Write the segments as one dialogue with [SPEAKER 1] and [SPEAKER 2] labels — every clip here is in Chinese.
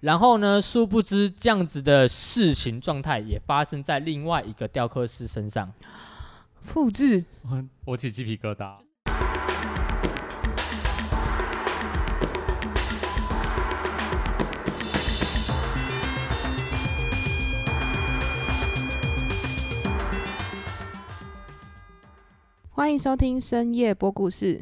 [SPEAKER 1] 然后呢，殊不知这样子的事情状态也发生在另外一个雕刻师身上。
[SPEAKER 2] 复制
[SPEAKER 3] 我我起鸡皮疙瘩。
[SPEAKER 2] 欢迎收听深夜播故事，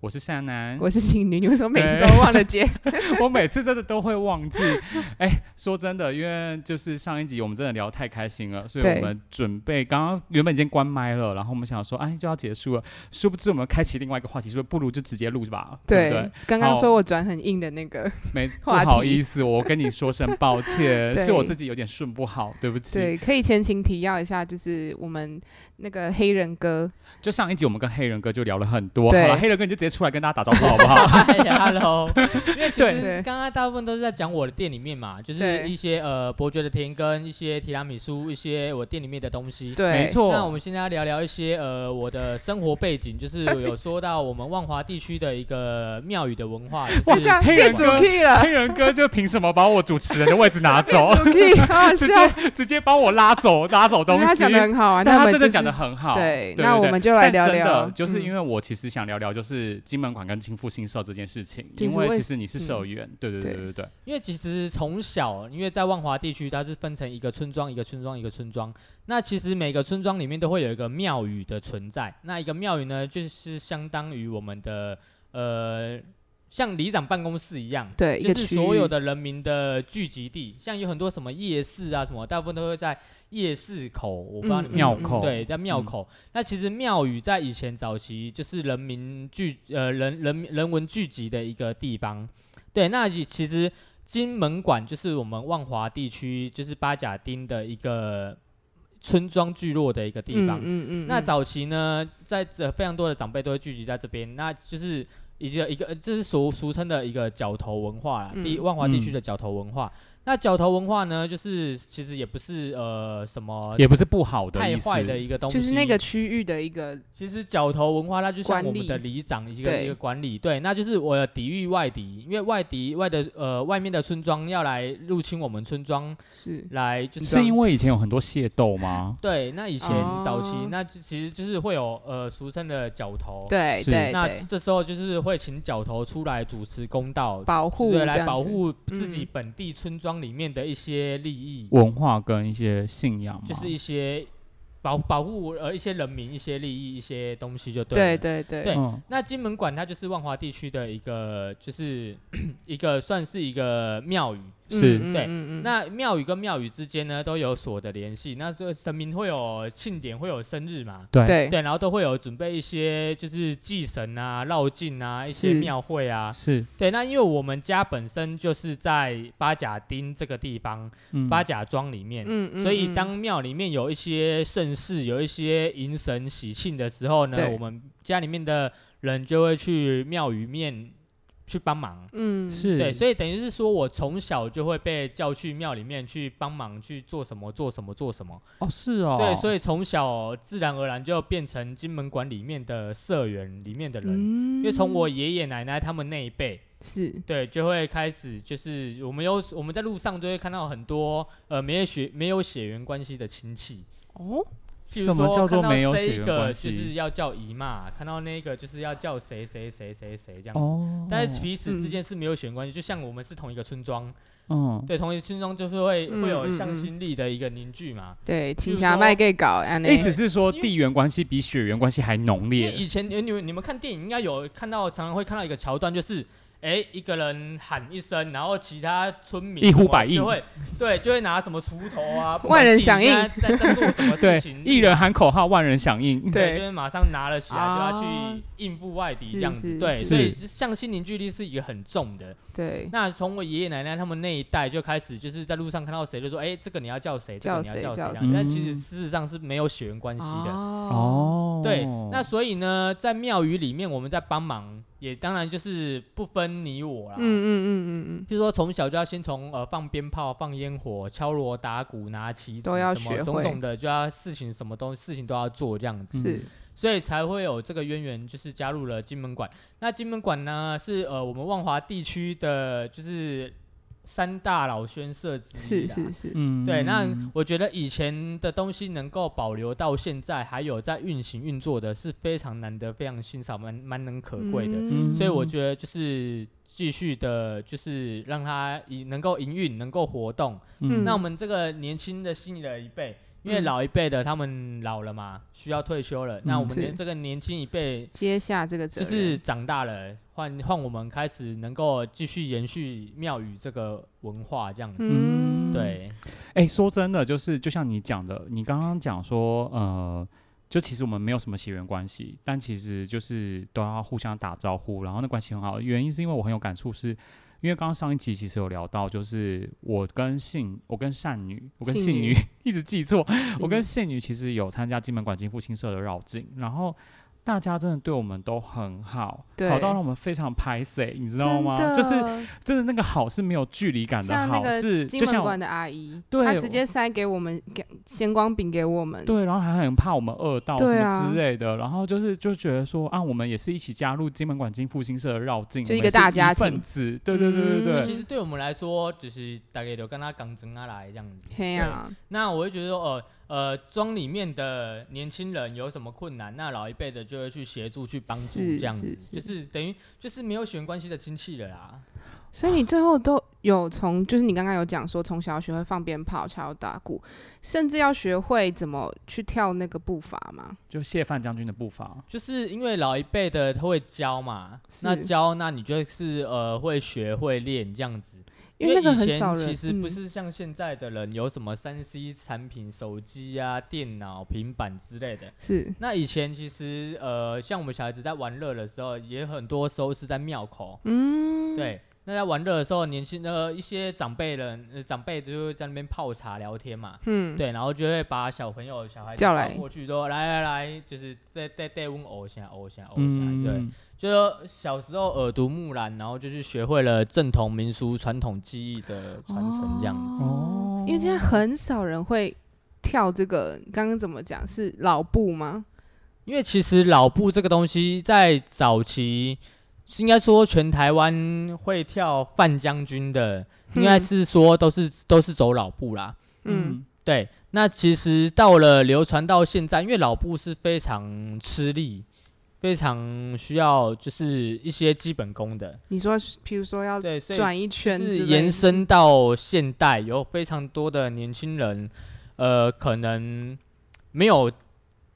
[SPEAKER 3] 我是善男，
[SPEAKER 2] 我是情侣。你为什么每次都忘了接？
[SPEAKER 3] 我每次真的都会忘记。 哎、说真的，因为就是上一集我们真的聊太开心了，所以
[SPEAKER 2] 对
[SPEAKER 3] 我们准备刚刚原本已经关麦了，然后我们想说，哎，就要结束了，殊不知我们开启另外一个话题，所以不如就直接录吧，对不对
[SPEAKER 2] 对？，刚刚
[SPEAKER 3] 好
[SPEAKER 2] 说我转很硬的那个，
[SPEAKER 3] 没不
[SPEAKER 2] 话题
[SPEAKER 3] 好意思，我跟你说声 抱歉，
[SPEAKER 2] 对
[SPEAKER 3] 是我自己有点顺不好，对不起。
[SPEAKER 2] 对，可以前情提要一下，就是我们那个黑人哥，
[SPEAKER 3] 就上一集我们跟黑人哥就聊了很多，
[SPEAKER 2] 对
[SPEAKER 3] 好了，黑人哥你就直接出来跟大家打招呼好不好？
[SPEAKER 1] 嗨，Hello，因 为其
[SPEAKER 3] 对
[SPEAKER 1] 实刚刚大部分都是在讲我的店里面嘛，就是
[SPEAKER 2] 对
[SPEAKER 1] 一些呃伯爵的甜羹，一些提拉米苏，一些我店里面的东西。
[SPEAKER 2] 对，
[SPEAKER 3] 没，错。
[SPEAKER 1] 那我们现在要聊聊一些呃我的生活背景，就是有说到我们万华地区的一个庙宇的文化，就
[SPEAKER 2] 哇，
[SPEAKER 1] 是
[SPEAKER 2] 像
[SPEAKER 3] 黑
[SPEAKER 2] 变
[SPEAKER 3] 人
[SPEAKER 2] 主
[SPEAKER 3] 哥
[SPEAKER 2] key 了，
[SPEAKER 3] 黑人哥就凭什么把我主持人的位置拿走？
[SPEAKER 2] 变主 key，好好
[SPEAKER 3] 直
[SPEAKER 2] 笑。
[SPEAKER 3] 接直接把我拉走，拉走
[SPEAKER 2] 因
[SPEAKER 3] 东
[SPEAKER 2] 为他
[SPEAKER 3] 西
[SPEAKER 2] 讲。的很好啊，
[SPEAKER 3] 但
[SPEAKER 2] 那我
[SPEAKER 3] 他
[SPEAKER 2] 们
[SPEAKER 3] 真
[SPEAKER 2] 就
[SPEAKER 3] 的
[SPEAKER 2] 是
[SPEAKER 3] 讲的很好，
[SPEAKER 2] 对
[SPEAKER 3] 对，，
[SPEAKER 2] 那我
[SPEAKER 3] 对
[SPEAKER 2] 们就来
[SPEAKER 3] 但
[SPEAKER 2] 聊嗯
[SPEAKER 3] 真
[SPEAKER 2] 聊
[SPEAKER 3] 的，，就是因
[SPEAKER 2] 为
[SPEAKER 3] 为我其实想聊聊就是金门馆跟金富新社这件事情，
[SPEAKER 2] 就是
[SPEAKER 3] 因为
[SPEAKER 2] 为
[SPEAKER 3] 其实你是社员，对对对
[SPEAKER 2] 对
[SPEAKER 3] 对对对，
[SPEAKER 1] 因为其实从小，因为在万华地区，它是分成一个村庄、一个村庄、一个村庄。那其实每个村庄里面都会有一个庙宇的存在。那一个庙宇呢，就是相当于我们的呃，像里长办公室一样，
[SPEAKER 2] 对一
[SPEAKER 1] 就
[SPEAKER 2] 个
[SPEAKER 1] 是
[SPEAKER 2] 区
[SPEAKER 1] 所有
[SPEAKER 2] 域嗯
[SPEAKER 1] 的人民的呃聚集地。像有很多什么夜市啊，什么大部分都会在夜市口，我不知道你们
[SPEAKER 3] 庙
[SPEAKER 2] 嗯
[SPEAKER 3] 口
[SPEAKER 1] 对，在庙
[SPEAKER 3] 嗯
[SPEAKER 1] 口。那其实庙宇在以前早期就是人民聚呃人人人文聚集的一个地方。对，那也其实金门馆就是我们万华地区，就是八甲町的一个村庄聚落的一个地方。
[SPEAKER 2] 嗯嗯，
[SPEAKER 1] 那
[SPEAKER 2] 嗯
[SPEAKER 1] 早期呢，在这非常多的长辈都会聚集在这边，那就是一个一个，呃这是俗俗称的一个角头文化啦，
[SPEAKER 2] 嗯
[SPEAKER 1] 第一万华地区
[SPEAKER 3] 嗯
[SPEAKER 1] 的角头文化。那角头文化呢，就是其实也不是呃什么
[SPEAKER 3] 也不是不好的
[SPEAKER 1] 太
[SPEAKER 3] 意思，
[SPEAKER 1] 坏的一个东西，
[SPEAKER 2] 就是那个区域的一个
[SPEAKER 1] 其实角头文化，它就像
[SPEAKER 2] 管
[SPEAKER 1] 我
[SPEAKER 2] 理
[SPEAKER 1] 们的里长一个
[SPEAKER 2] 对
[SPEAKER 1] 一个管理，对，那就是我抵御外敌，因为外敌外的呃外面的村庄要来入侵我们村庄，
[SPEAKER 2] 是
[SPEAKER 1] 来就是
[SPEAKER 3] 因为以前有很多械斗吗？
[SPEAKER 1] 对，那以前
[SPEAKER 2] 哦
[SPEAKER 1] 早期、那就其实就是会有呃俗称的角头，，
[SPEAKER 2] 对
[SPEAKER 3] 是
[SPEAKER 2] 对
[SPEAKER 1] 那
[SPEAKER 2] 对，
[SPEAKER 1] 这时候就是会请角头出来主持公道，
[SPEAKER 2] 保护
[SPEAKER 1] 对，
[SPEAKER 2] 这
[SPEAKER 1] 来
[SPEAKER 2] 样
[SPEAKER 1] 保
[SPEAKER 2] 子
[SPEAKER 1] 护自己
[SPEAKER 2] 嗯
[SPEAKER 1] 本地村庄里面的一些利益，
[SPEAKER 3] 文化跟一些信仰吗？
[SPEAKER 1] 就是一些保保护呃一些人民一些利益一些东西就对了
[SPEAKER 2] 对对对
[SPEAKER 1] 对
[SPEAKER 3] 嗯
[SPEAKER 1] 那金门馆它就是万华地区的一个，就是 一个算是一个庙宇。
[SPEAKER 3] 是
[SPEAKER 2] 嗯
[SPEAKER 1] 对
[SPEAKER 2] 嗯嗯嗯
[SPEAKER 1] 那庙宇跟庙宇之间呢都有所的联系，那这神明会有庆典，会有生日嘛，
[SPEAKER 3] 对
[SPEAKER 2] 对
[SPEAKER 1] 对，然后都会有准备一些就是祭神啊、绕境啊、一些
[SPEAKER 2] 是
[SPEAKER 1] 庙会啊，
[SPEAKER 3] 是
[SPEAKER 1] 对。那因为我们家本身就是在八甲町这个地方，
[SPEAKER 3] 嗯
[SPEAKER 1] 八甲庄里面。
[SPEAKER 2] 嗯嗯
[SPEAKER 1] 所以，
[SPEAKER 2] 嗯
[SPEAKER 1] 当庙里面有一些盛事、有一些迎神喜庆的时候呢，
[SPEAKER 2] 对
[SPEAKER 1] 我们家里面的人就会去庙宇面去帮忙。
[SPEAKER 2] 嗯
[SPEAKER 3] 是
[SPEAKER 1] 对，所以等于是说我从小就会被叫去庙里面去帮忙去做什么做什么做什么。
[SPEAKER 3] 哦是哦，
[SPEAKER 1] 对，所
[SPEAKER 3] 以
[SPEAKER 1] 以从小自然而然就变成金门馆里面的社员里面的人，
[SPEAKER 2] 嗯
[SPEAKER 1] 因为从我爷爷奶奶他们那一辈，
[SPEAKER 2] 是
[SPEAKER 1] 对，就会开始就是我们有我们在路上就会看到很多呃没有血没有血缘关系的亲戚，
[SPEAKER 2] 哦
[SPEAKER 1] 譬如
[SPEAKER 3] 什么
[SPEAKER 1] 说
[SPEAKER 3] 叫
[SPEAKER 1] 看
[SPEAKER 3] 做
[SPEAKER 1] 到
[SPEAKER 3] 没有
[SPEAKER 1] 这
[SPEAKER 3] 血
[SPEAKER 1] 一
[SPEAKER 3] 缘
[SPEAKER 1] 个
[SPEAKER 3] 关
[SPEAKER 1] 就是
[SPEAKER 3] 系？
[SPEAKER 1] 要叫姨妈，看到那个就是要叫谁谁谁谁谁这样子。
[SPEAKER 3] 哦，
[SPEAKER 1] 但是彼此之
[SPEAKER 2] 嗯
[SPEAKER 1] 间是没有血缘关系，就像我们是同一个村庄，
[SPEAKER 3] 嗯，
[SPEAKER 1] 对，同一个村庄就是会、会有
[SPEAKER 2] 嗯嗯
[SPEAKER 1] 向
[SPEAKER 2] 嗯
[SPEAKER 1] 心力的一个凝聚嘛。
[SPEAKER 2] 对，
[SPEAKER 1] 如
[SPEAKER 2] 请假
[SPEAKER 1] 说
[SPEAKER 2] 卖给搞安
[SPEAKER 3] 意思是说
[SPEAKER 1] 因为
[SPEAKER 3] 地缘关系比血缘关系还浓
[SPEAKER 1] 因为
[SPEAKER 3] 烈，
[SPEAKER 1] 以前你们你们看电影应该有看到，常常会看到一个桥段，就是哎、诶一个人喊一声，然后其他村民
[SPEAKER 3] 一呼
[SPEAKER 1] 什么
[SPEAKER 3] 百应
[SPEAKER 1] 就会对，就会拿什么锄头啊，不管
[SPEAKER 2] 万人
[SPEAKER 1] 自己
[SPEAKER 2] 响应
[SPEAKER 1] 在在在做什么 事
[SPEAKER 3] 对
[SPEAKER 1] 情，，
[SPEAKER 3] 一人喊口号，万人响应，
[SPEAKER 2] 对
[SPEAKER 1] 对，就是马上拿了起来，就要
[SPEAKER 2] 啊
[SPEAKER 1] 去应付外敌
[SPEAKER 2] 是
[SPEAKER 1] 这样子。
[SPEAKER 2] 是
[SPEAKER 1] 对，
[SPEAKER 2] 是
[SPEAKER 1] 所以向心凝聚力是一个很重的。
[SPEAKER 2] 对
[SPEAKER 1] 那从我爷爷奶奶他们那一代就开始，就是在路上看到谁就说，哎、这个你要叫谁，这个
[SPEAKER 2] 叫
[SPEAKER 1] 你要
[SPEAKER 2] 谁
[SPEAKER 1] 叫谁这
[SPEAKER 2] 叫
[SPEAKER 1] 样
[SPEAKER 3] 谁
[SPEAKER 1] 子。但其实事实上是没有血缘关系的。
[SPEAKER 2] 哦
[SPEAKER 3] 哦，
[SPEAKER 1] 对，那所以呢，在庙宇里面，我们在帮忙，也当然就是不分你我啦。
[SPEAKER 2] 嗯嗯嗯嗯嗯
[SPEAKER 1] 譬如说，从小就要先从呃放鞭炮、放烟火、敲锣打鼓、拿旗子，
[SPEAKER 2] 都要
[SPEAKER 1] 什么
[SPEAKER 2] 学
[SPEAKER 1] 种
[SPEAKER 2] 会
[SPEAKER 1] 种的，就要事情什么东事情都要做这样子。
[SPEAKER 2] 嗯是
[SPEAKER 1] 所以才会有这个渊源，就是加入了金门馆。那金门馆呢，是呃我们万华地区的，就是三大老宣社之一
[SPEAKER 2] 是
[SPEAKER 1] 啦
[SPEAKER 2] 是是，
[SPEAKER 3] 嗯
[SPEAKER 1] 对，那我觉得以前的东西能够保留到现在，还有在运行运作的，是非常难得、非常欣赏、蛮蛮能可贵的。
[SPEAKER 2] 嗯
[SPEAKER 1] 所以我觉得就是继续的，就是让它以能够营运、能够活动。
[SPEAKER 2] 嗯
[SPEAKER 1] 那我们这个年轻的新的一辈，因为
[SPEAKER 2] 嗯
[SPEAKER 1] 老一辈的他们老了嘛，需要退休了。那我们
[SPEAKER 2] 是
[SPEAKER 1] 年这个年轻一辈
[SPEAKER 2] 接下这个责
[SPEAKER 1] 就
[SPEAKER 2] 任
[SPEAKER 1] 是长大了，换换我们开始能够继续延续庙宇这个文化这样子。
[SPEAKER 2] 嗯，
[SPEAKER 1] 对，
[SPEAKER 3] 哎、说真的，就是就像你讲的，你刚刚讲说，呃，就其实我们没有什么血缘关系，但其实就是都要互相打招呼，然后那关系很好。原因是因为我很有感触是，因为刚刚上一集其实有聊到，就是我跟信，我跟善女，我跟
[SPEAKER 2] 信
[SPEAKER 3] 信女
[SPEAKER 2] 女
[SPEAKER 3] 一直记 错，我跟
[SPEAKER 2] 嗯
[SPEAKER 3] 信女其实有参加金门管金复兴社的绕境，然后。大家真的对我们都很好，
[SPEAKER 2] 对
[SPEAKER 3] 好到让我们非常拍 C，你知道
[SPEAKER 2] 真
[SPEAKER 3] 吗？
[SPEAKER 2] 的
[SPEAKER 3] 就是真的那个好是没有距离感的
[SPEAKER 2] 像那
[SPEAKER 3] 好，
[SPEAKER 2] 个
[SPEAKER 3] 是
[SPEAKER 2] 金
[SPEAKER 3] 就
[SPEAKER 2] 门
[SPEAKER 3] 像我
[SPEAKER 2] 馆的阿姨，
[SPEAKER 3] 对
[SPEAKER 2] 她
[SPEAKER 3] 我
[SPEAKER 2] 直接塞给我们给鲜光饼给我们，
[SPEAKER 3] 对，然后还很怕我们饿到什
[SPEAKER 2] 对
[SPEAKER 3] 么
[SPEAKER 2] 啊
[SPEAKER 3] 之类的，然后就是就觉得说啊，我们也是一起加入金门馆金复兴社的绕境，
[SPEAKER 2] 就
[SPEAKER 3] 我
[SPEAKER 2] 一
[SPEAKER 3] 们
[SPEAKER 2] 个
[SPEAKER 3] 也是
[SPEAKER 2] 大家
[SPEAKER 3] 分
[SPEAKER 2] 庭
[SPEAKER 3] 子，对对对对对，
[SPEAKER 2] 嗯
[SPEAKER 1] 其实对我们来说，就是大概就跟他港真啊来这样子。
[SPEAKER 2] 嘿呀，
[SPEAKER 1] 那我会觉得说，呃呃，庄里面的年轻人有什么困难，那老一辈的就会去协助去帮助
[SPEAKER 2] 是
[SPEAKER 1] 这样子，就
[SPEAKER 2] 是是
[SPEAKER 1] 是等于就是没有血缘关系的亲戚了啦。
[SPEAKER 2] 所以你最后都有从，就是你刚刚有讲说，从小学会放鞭炮、敲打鼓，甚至要学会怎么去跳那个步伐嘛？
[SPEAKER 3] 就谢范将军的步伐，
[SPEAKER 1] 就是因为老一辈的他会教嘛，
[SPEAKER 2] 是
[SPEAKER 1] 那教那你就是呃会学会练这样子，
[SPEAKER 2] 因为那个
[SPEAKER 1] 以
[SPEAKER 2] 很
[SPEAKER 1] 前
[SPEAKER 2] 少人，
[SPEAKER 1] 其实不
[SPEAKER 2] 嗯
[SPEAKER 1] 是像现在的人有什么三 C 产品、手机啊、电脑、平板之类的，
[SPEAKER 2] 嗯是
[SPEAKER 1] 那以前其实呃，像我们小孩子在玩乐的时候，也很多时候是在庙口。
[SPEAKER 2] 嗯，
[SPEAKER 1] 对，那在玩乐的时候，年轻呃一些长辈人、呃长辈就会在那边泡茶聊天嘛。
[SPEAKER 2] 嗯，
[SPEAKER 1] 对，然后就会把小朋友、小孩子
[SPEAKER 2] 叫
[SPEAKER 1] 叫
[SPEAKER 2] 来
[SPEAKER 1] 过去说：“来来来，就是带带带问偶像、偶像、偶像。”对，
[SPEAKER 3] 嗯，
[SPEAKER 1] 就小时候耳濡目染，然后就是学会了正统民俗传统技艺的传承这样子。
[SPEAKER 3] 哦
[SPEAKER 2] 因为现在很少人会跳这个，刚刚怎么讲是老步吗？
[SPEAKER 1] 因为其实老布这个东西在早期，应该说全台湾会跳范将军的，应该是说都是都是走老布啦。
[SPEAKER 2] 嗯，
[SPEAKER 1] 对，那其实到了流传到现在，因为老布是非常吃力，非常需要就是一些基本功的。
[SPEAKER 2] 你说是，比如说要
[SPEAKER 1] 对，所以
[SPEAKER 2] 转一圈之
[SPEAKER 1] 是
[SPEAKER 2] 类
[SPEAKER 1] 延
[SPEAKER 2] 的
[SPEAKER 1] 伸到现代，有非常多的年轻人，呃，可能没有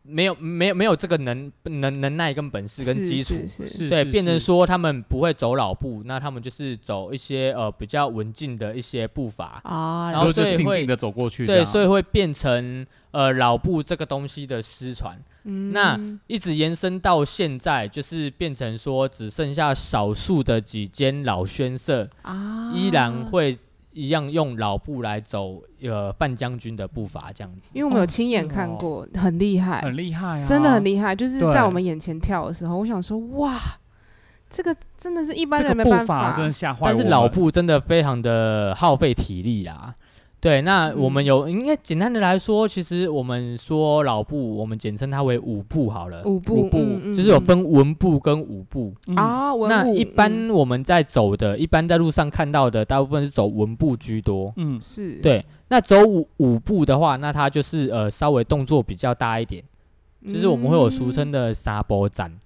[SPEAKER 1] 没有没有没有这个能能能耐跟本事跟
[SPEAKER 2] 是
[SPEAKER 1] 基础，
[SPEAKER 2] 是是
[SPEAKER 3] 是
[SPEAKER 1] 对，
[SPEAKER 3] 是
[SPEAKER 1] 变成
[SPEAKER 3] 是
[SPEAKER 1] 说他们不会走老步，那他们就是走一些呃比较文静的一些步伐，
[SPEAKER 2] 啊，
[SPEAKER 1] 然
[SPEAKER 2] 然
[SPEAKER 1] 后
[SPEAKER 2] 后
[SPEAKER 3] 就
[SPEAKER 1] 所
[SPEAKER 3] 是
[SPEAKER 1] 以
[SPEAKER 3] 静
[SPEAKER 1] 会
[SPEAKER 3] 静的走过去这
[SPEAKER 1] 对，
[SPEAKER 3] 样，
[SPEAKER 1] 所以会变成呃老步这个东西的失传。那
[SPEAKER 2] 嗯
[SPEAKER 1] 一直延伸到现在，就是变成说只剩下少数的几间老宣社，
[SPEAKER 2] 啊
[SPEAKER 1] 依然，会一样用老步来走呃范将军的步伐这样子。
[SPEAKER 2] 因为我们有
[SPEAKER 3] 哦
[SPEAKER 2] 亲眼
[SPEAKER 3] 是
[SPEAKER 2] 看
[SPEAKER 3] 哦
[SPEAKER 2] 过，很厉害，
[SPEAKER 3] 很厉害啊，
[SPEAKER 2] 真的很厉害，就是在
[SPEAKER 3] 对
[SPEAKER 2] 我们眼前跳的时候，我想说，哇，这个真的是一般
[SPEAKER 3] 这
[SPEAKER 2] 人没
[SPEAKER 3] 个步
[SPEAKER 2] 办
[SPEAKER 3] 伐
[SPEAKER 2] 法，
[SPEAKER 3] 真的 吓坏我
[SPEAKER 1] 但
[SPEAKER 3] 们，
[SPEAKER 1] 是老步真的非常的耗费体力啦。对，那我
[SPEAKER 2] 嗯
[SPEAKER 1] 们有、应该简单的来说，其实我们说老步，我们简称它为舞步好了，
[SPEAKER 2] 舞步
[SPEAKER 3] 舞步
[SPEAKER 2] 嗯嗯
[SPEAKER 1] 就是有
[SPEAKER 2] 嗯
[SPEAKER 1] 分文步跟武步。
[SPEAKER 3] 嗯
[SPEAKER 2] 啊，文
[SPEAKER 1] 那
[SPEAKER 2] 武
[SPEAKER 1] 一
[SPEAKER 2] 嗯
[SPEAKER 1] 般我们在走的，一般在路上看到的，大部分是走文步居多。
[SPEAKER 3] 嗯，
[SPEAKER 2] 是，
[SPEAKER 1] 对，那走舞舞步的话，那它就是呃稍微动作比较大一点，就是我们会有俗称
[SPEAKER 2] 嗯
[SPEAKER 1] 的沙波展。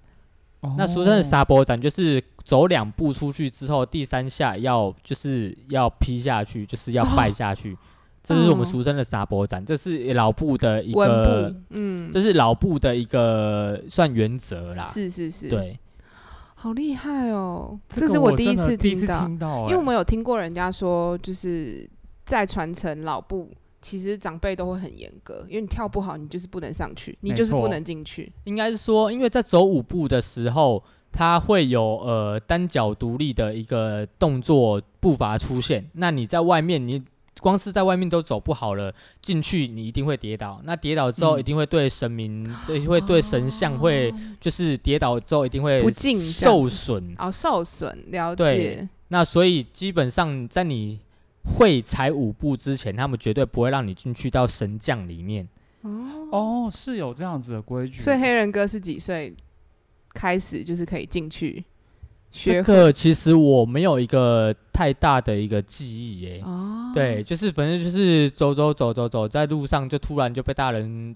[SPEAKER 1] 那俗称
[SPEAKER 3] 说真
[SPEAKER 1] 的
[SPEAKER 3] 的
[SPEAKER 1] 沙波展就是走两步出去之后，第三下要就是要劈下去，就是要拜下去， 这是我们
[SPEAKER 2] 哦
[SPEAKER 1] 俗称的沙波展，这是老布的一个
[SPEAKER 2] 文，步，嗯，
[SPEAKER 1] 这是老布的一个算原则啦。
[SPEAKER 2] 是是是，，
[SPEAKER 1] 啊对，
[SPEAKER 2] 好厉害哦，
[SPEAKER 3] 这
[SPEAKER 2] 这
[SPEAKER 3] 个
[SPEAKER 2] 是
[SPEAKER 3] 我
[SPEAKER 2] 第
[SPEAKER 3] 真
[SPEAKER 2] 一
[SPEAKER 3] 的
[SPEAKER 2] 次
[SPEAKER 3] 第一次
[SPEAKER 2] 听到，
[SPEAKER 3] 听到，欸
[SPEAKER 2] 因为
[SPEAKER 1] 欸
[SPEAKER 2] 我们有听过人家说，就是在传承老部。其实长辈都会很严格，因为你跳不好，你就是不能上去，你
[SPEAKER 3] 没
[SPEAKER 2] 就是
[SPEAKER 3] 错
[SPEAKER 2] 不能进去。
[SPEAKER 1] 应该是说，因为在走舞步的时候，它会有呃单脚独立的一个动作步伐出现。那你在外面，你光是在外面都走不好了，进去你一定会跌倒。那跌倒之后，
[SPEAKER 3] 嗯
[SPEAKER 1] 一定会对神明，对会对神像会就是跌倒之后一定会
[SPEAKER 2] 不敬这样子
[SPEAKER 1] 受损。
[SPEAKER 2] 哦，受损，了
[SPEAKER 1] 对
[SPEAKER 2] 解。
[SPEAKER 1] 那所以基本上在你会踩舞步之前，他们绝对不会让你进去到神将里面。
[SPEAKER 2] 哦，
[SPEAKER 3] 哦是有这样子的规矩，
[SPEAKER 2] 所以黑人哥是几岁开始就是可以进去？
[SPEAKER 1] 这
[SPEAKER 2] 学会
[SPEAKER 1] 个其实我没有一个太大的一个记忆耶、
[SPEAKER 2] 哦，
[SPEAKER 1] 对，就是反正就是走走走走走，在路上就突然就被大人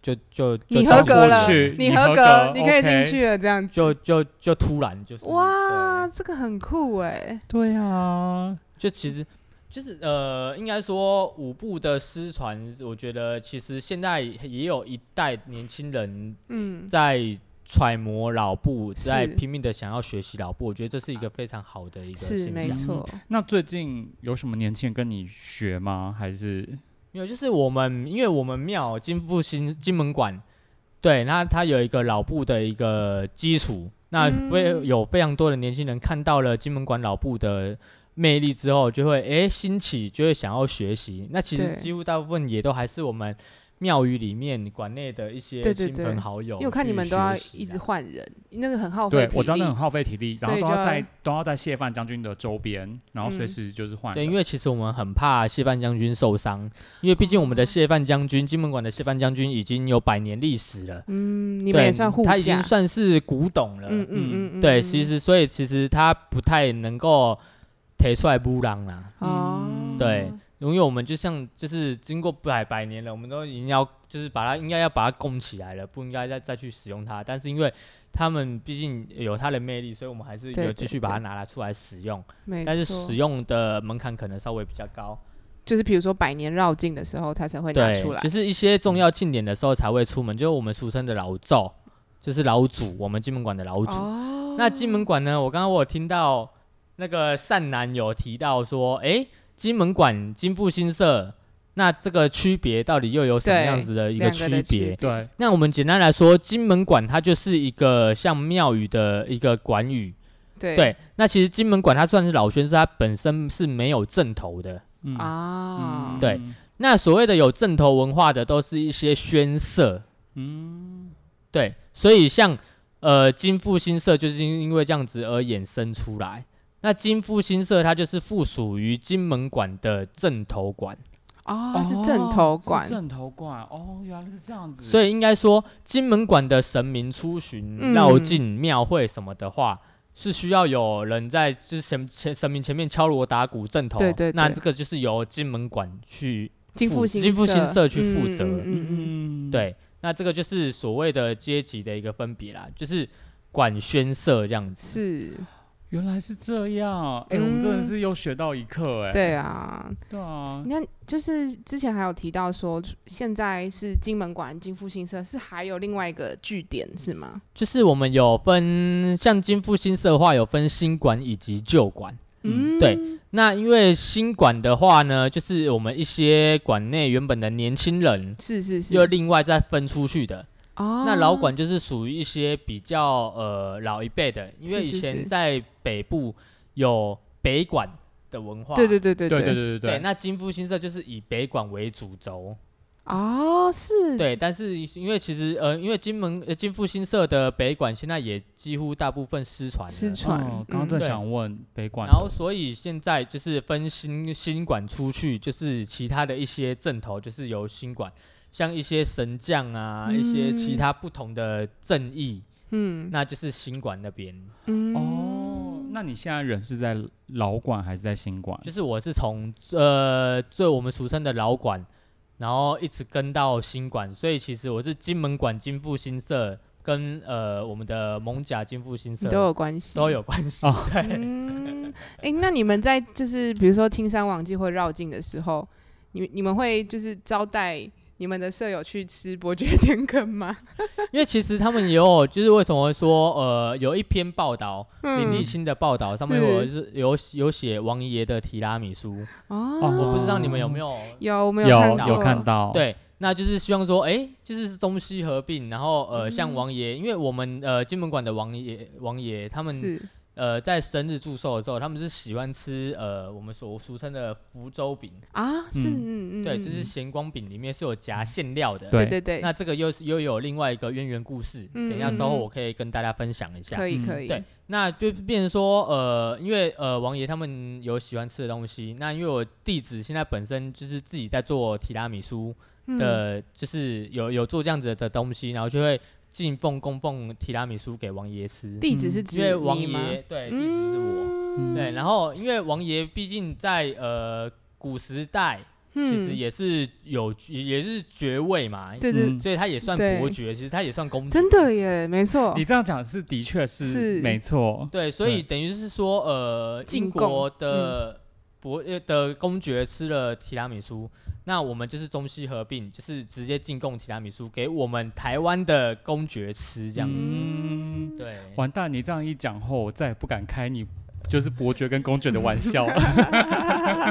[SPEAKER 1] 就就就
[SPEAKER 2] 你
[SPEAKER 1] 超
[SPEAKER 2] 合格
[SPEAKER 1] 过
[SPEAKER 2] 了
[SPEAKER 1] 去
[SPEAKER 2] 你合格，你可以进。去了，这样子。
[SPEAKER 1] 就就就突然就是
[SPEAKER 2] 哇，
[SPEAKER 1] 对
[SPEAKER 2] 这个很酷哎！
[SPEAKER 3] 对啊，
[SPEAKER 1] 就其实就是呃，应该说舞步的失传，我觉得其实现在也有一代年轻人
[SPEAKER 2] 嗯，
[SPEAKER 1] 在揣摩老步，
[SPEAKER 2] 是
[SPEAKER 1] 在拼命的想要学习老步，我觉得这是一个非常好的一个
[SPEAKER 2] 是
[SPEAKER 1] 现
[SPEAKER 2] 没
[SPEAKER 1] 象。
[SPEAKER 2] 错。
[SPEAKER 3] 那最近有什么年轻人跟你学吗？还是
[SPEAKER 1] 没有，就是我们因为我们庙金复兴金门馆，对，那它有一个老步的一个基础，那
[SPEAKER 2] 嗯
[SPEAKER 1] 非有非常多的年轻人看到了金门馆老步的。魅力之后就会诶兴起，就会想要学习。那其实
[SPEAKER 2] 对
[SPEAKER 1] 几乎大部分也都还是我们庙宇里面馆内的一些
[SPEAKER 2] 对对
[SPEAKER 1] 亲
[SPEAKER 2] 对
[SPEAKER 1] 朋好友去学习啦。啊
[SPEAKER 2] 因为我看你们都要一直换人，那个很耗费
[SPEAKER 3] 对
[SPEAKER 2] 体力。
[SPEAKER 3] 我知道那很耗费体力，然
[SPEAKER 2] 所
[SPEAKER 3] 后
[SPEAKER 2] 以
[SPEAKER 3] 都
[SPEAKER 2] 就
[SPEAKER 3] 要
[SPEAKER 2] 要
[SPEAKER 3] 在都要在谢范将军的周边，然后随
[SPEAKER 2] 嗯
[SPEAKER 3] 时就是换人。
[SPEAKER 1] 对，因为其实我们很怕谢范将军受伤，因为毕竟我
[SPEAKER 2] 哦
[SPEAKER 1] 们的谢范将军，金门馆的谢范将军已经有百年历史了。
[SPEAKER 2] 嗯，你
[SPEAKER 1] 对，
[SPEAKER 2] 们也算护
[SPEAKER 1] 他已经
[SPEAKER 2] 驾。
[SPEAKER 1] 算是古董了。
[SPEAKER 2] 嗯嗯嗯嗯，
[SPEAKER 1] 对，
[SPEAKER 2] 嗯
[SPEAKER 1] 其实所以其实他不太能够提出来布朗啦，
[SPEAKER 2] 哦，
[SPEAKER 1] 嗯对，因为我们就像就是经过百百年了，我们都已经要就是把它应该要把它供起来了，不应该再再去使用它。但是因为他们毕竟有它的魅力，所以我们还是
[SPEAKER 2] 对
[SPEAKER 1] 有
[SPEAKER 2] 对
[SPEAKER 1] 继续把它拿来出来使用，
[SPEAKER 2] 没错。
[SPEAKER 1] 但是使用的门槛可能稍微比较高。
[SPEAKER 2] 就是比如说百年绕境的时候，他才会拿
[SPEAKER 1] 对
[SPEAKER 2] 出来，
[SPEAKER 1] 就。是一些重要庆典的时候才会出门，就是我们俗称的老灶，就是老祖，我们金门馆的老祖。
[SPEAKER 2] 哦，
[SPEAKER 1] 那金门馆呢？我刚刚我有听到那个善男有提到说，诶，金门馆金复新社，那这个区别到底又有什么
[SPEAKER 2] 对
[SPEAKER 1] 样子的一
[SPEAKER 2] 两个
[SPEAKER 1] 区
[SPEAKER 2] 的区
[SPEAKER 1] 别？
[SPEAKER 3] 对，
[SPEAKER 1] 那我们简单来说，金门馆它就是一个像庙宇的一个馆宇。
[SPEAKER 2] 对
[SPEAKER 1] 对，那其实金门馆它算是老宣社，它本身是没有正头的。
[SPEAKER 3] 嗯
[SPEAKER 2] 啊
[SPEAKER 3] 嗯，
[SPEAKER 1] 对那所谓的有正头文化的，都是一些宣社，
[SPEAKER 3] 嗯，
[SPEAKER 1] 对，所以像呃金复新社就是因因为这样子而衍生出来。那金复新社它就是附属于金门馆的正头馆，
[SPEAKER 2] 哦，它是正头馆
[SPEAKER 3] 是，正头馆哦，原来是这样子。
[SPEAKER 1] 所
[SPEAKER 3] 以
[SPEAKER 1] 以应该说金门馆的神明出巡、
[SPEAKER 2] 嗯
[SPEAKER 1] 绕境、庙会什么的话。是需要有人在就是神前神明前面敲锣打鼓正头，
[SPEAKER 2] 对对
[SPEAKER 1] 那
[SPEAKER 2] 对
[SPEAKER 1] 这个就是由金门馆去
[SPEAKER 2] 金
[SPEAKER 1] 复
[SPEAKER 2] 复兴
[SPEAKER 1] 金复兴社
[SPEAKER 2] 社
[SPEAKER 1] 去负责
[SPEAKER 2] 嗯嗯嗯嗯，
[SPEAKER 3] 嗯，
[SPEAKER 1] 对，那这个就是所谓的阶级的一个分别啦，就是管宣社这样子。
[SPEAKER 2] 是，
[SPEAKER 3] 原来是这样。哎，我们真的
[SPEAKER 2] 嗯
[SPEAKER 3] 是又学到一课，哎，
[SPEAKER 2] 对啊，
[SPEAKER 3] 对啊
[SPEAKER 2] 你，看，就是之前还有提到说，现在是金门馆、金复兴社，是还有另外一个据点是吗？
[SPEAKER 1] 就是我们有分，像金复新社的话，有分新馆以及旧馆。
[SPEAKER 3] 嗯
[SPEAKER 1] 对，那因为新馆的话呢，就是我们一些馆内原本的年轻人，
[SPEAKER 2] 是是是。
[SPEAKER 1] 又另外再分出去的。
[SPEAKER 2] 哦，
[SPEAKER 1] 那老馆就是属于一些比较呃老一辈的，因为
[SPEAKER 2] 是是
[SPEAKER 1] 以前
[SPEAKER 2] 是
[SPEAKER 1] 在北部有北馆的文化。
[SPEAKER 2] 对对对对
[SPEAKER 3] 对对
[SPEAKER 2] 对
[SPEAKER 3] 对对
[SPEAKER 1] 对，。那金复新社就是以北馆为主轴。
[SPEAKER 2] 哦，是，
[SPEAKER 1] 对，但是因为其实呃，因为金门呃金复新社的北馆现在也几乎大部分失传了。
[SPEAKER 2] 失传
[SPEAKER 3] 哦，刚刚正
[SPEAKER 1] 嗯
[SPEAKER 3] 想问北馆的，
[SPEAKER 1] 然后，所以现在就是分新新馆出去，就是其他的一些阵头，就是由新馆，像一些神将啊，
[SPEAKER 2] 嗯
[SPEAKER 1] 一些其他不同的正义，
[SPEAKER 2] 嗯
[SPEAKER 1] 那就是新馆那边。
[SPEAKER 2] 嗯，
[SPEAKER 3] 哦，那你现在人是在老馆还是在新馆？
[SPEAKER 1] 就是我是从呃最我们俗称的老馆，然后一直跟到新馆，所以其实我是金门馆金复新社跟呃我们的蒙甲金复新
[SPEAKER 2] 你
[SPEAKER 1] 社
[SPEAKER 2] 都有关系，
[SPEAKER 1] 都。有关系。
[SPEAKER 3] 哦
[SPEAKER 1] 对，
[SPEAKER 2] 嗯，哎、那你们在就是比如说青山往季或绕境的时候，你你们会就是招待你们的舍友去吃伯爵天坑吗？
[SPEAKER 1] 因为其实他们也有，就是为什么会说呃有一篇报道。林立
[SPEAKER 2] 嗯，
[SPEAKER 1] 清的报道上面有是有有写王爷的提拉米苏，
[SPEAKER 2] 哦，
[SPEAKER 1] 我不知道你们有没有
[SPEAKER 2] 有我们看
[SPEAKER 3] 有
[SPEAKER 2] 到
[SPEAKER 1] 到
[SPEAKER 3] 有看到，，
[SPEAKER 1] 对，那就是希望说，哎、就是中西合并，然后呃，
[SPEAKER 2] 嗯
[SPEAKER 1] 像王爷，因为我们呃金门馆的王爷王爷他们
[SPEAKER 2] 是
[SPEAKER 1] 呃在生日祝寿的时候，他们是喜欢吃呃我们所俗称的福州饼，
[SPEAKER 2] 啊，是
[SPEAKER 1] 对
[SPEAKER 2] 嗯嗯，
[SPEAKER 1] 对，
[SPEAKER 2] 嗯
[SPEAKER 1] 就是咸光饼里面是有夹馅料的，
[SPEAKER 3] 对
[SPEAKER 2] 对对对，
[SPEAKER 1] 那这个又是又有另外一个渊源故事，
[SPEAKER 2] 嗯
[SPEAKER 1] 等一下稍后
[SPEAKER 2] 嗯嗯
[SPEAKER 1] 我可以跟大家分享一下。
[SPEAKER 2] 可以
[SPEAKER 3] 嗯
[SPEAKER 2] 可以，
[SPEAKER 1] 对，那就变成说，呃，因为呃，王爷他们有喜欢吃的东西，那因为我弟子现在本身就是自己在做提拉米苏
[SPEAKER 2] 嗯，
[SPEAKER 1] 的，就是有有做这样子的东西，然后就会进奉供奉提拉米苏给王爷吃，
[SPEAKER 2] 地址是
[SPEAKER 1] 嗯
[SPEAKER 2] 指
[SPEAKER 1] 因为王
[SPEAKER 2] 你吗？
[SPEAKER 1] 爷对地址是我，
[SPEAKER 2] 嗯，
[SPEAKER 1] 对，然后因为王爷毕竟在呃古时代其实
[SPEAKER 2] 嗯
[SPEAKER 1] 也是有也是爵位嘛，
[SPEAKER 2] 对对，
[SPEAKER 3] 嗯
[SPEAKER 1] 所以他也算
[SPEAKER 2] 对
[SPEAKER 1] 伯爵，其实他也算公主，
[SPEAKER 2] 真的耶，没错
[SPEAKER 3] 你，这样讲是的确是
[SPEAKER 2] 是
[SPEAKER 3] 没错，
[SPEAKER 1] 对，所以等于是说，呃，
[SPEAKER 2] 进
[SPEAKER 1] 英
[SPEAKER 2] 贡嗯
[SPEAKER 1] 国的伯呃的公爵吃了提拉米苏，那我们就是中西合并，就是直接进贡提拉米苏给我们台湾的公爵吃，这样子。
[SPEAKER 3] 嗯，
[SPEAKER 1] 对，
[SPEAKER 3] 完蛋，你这样一讲后，我再也不敢开你就是伯爵跟公爵的 玩笑了。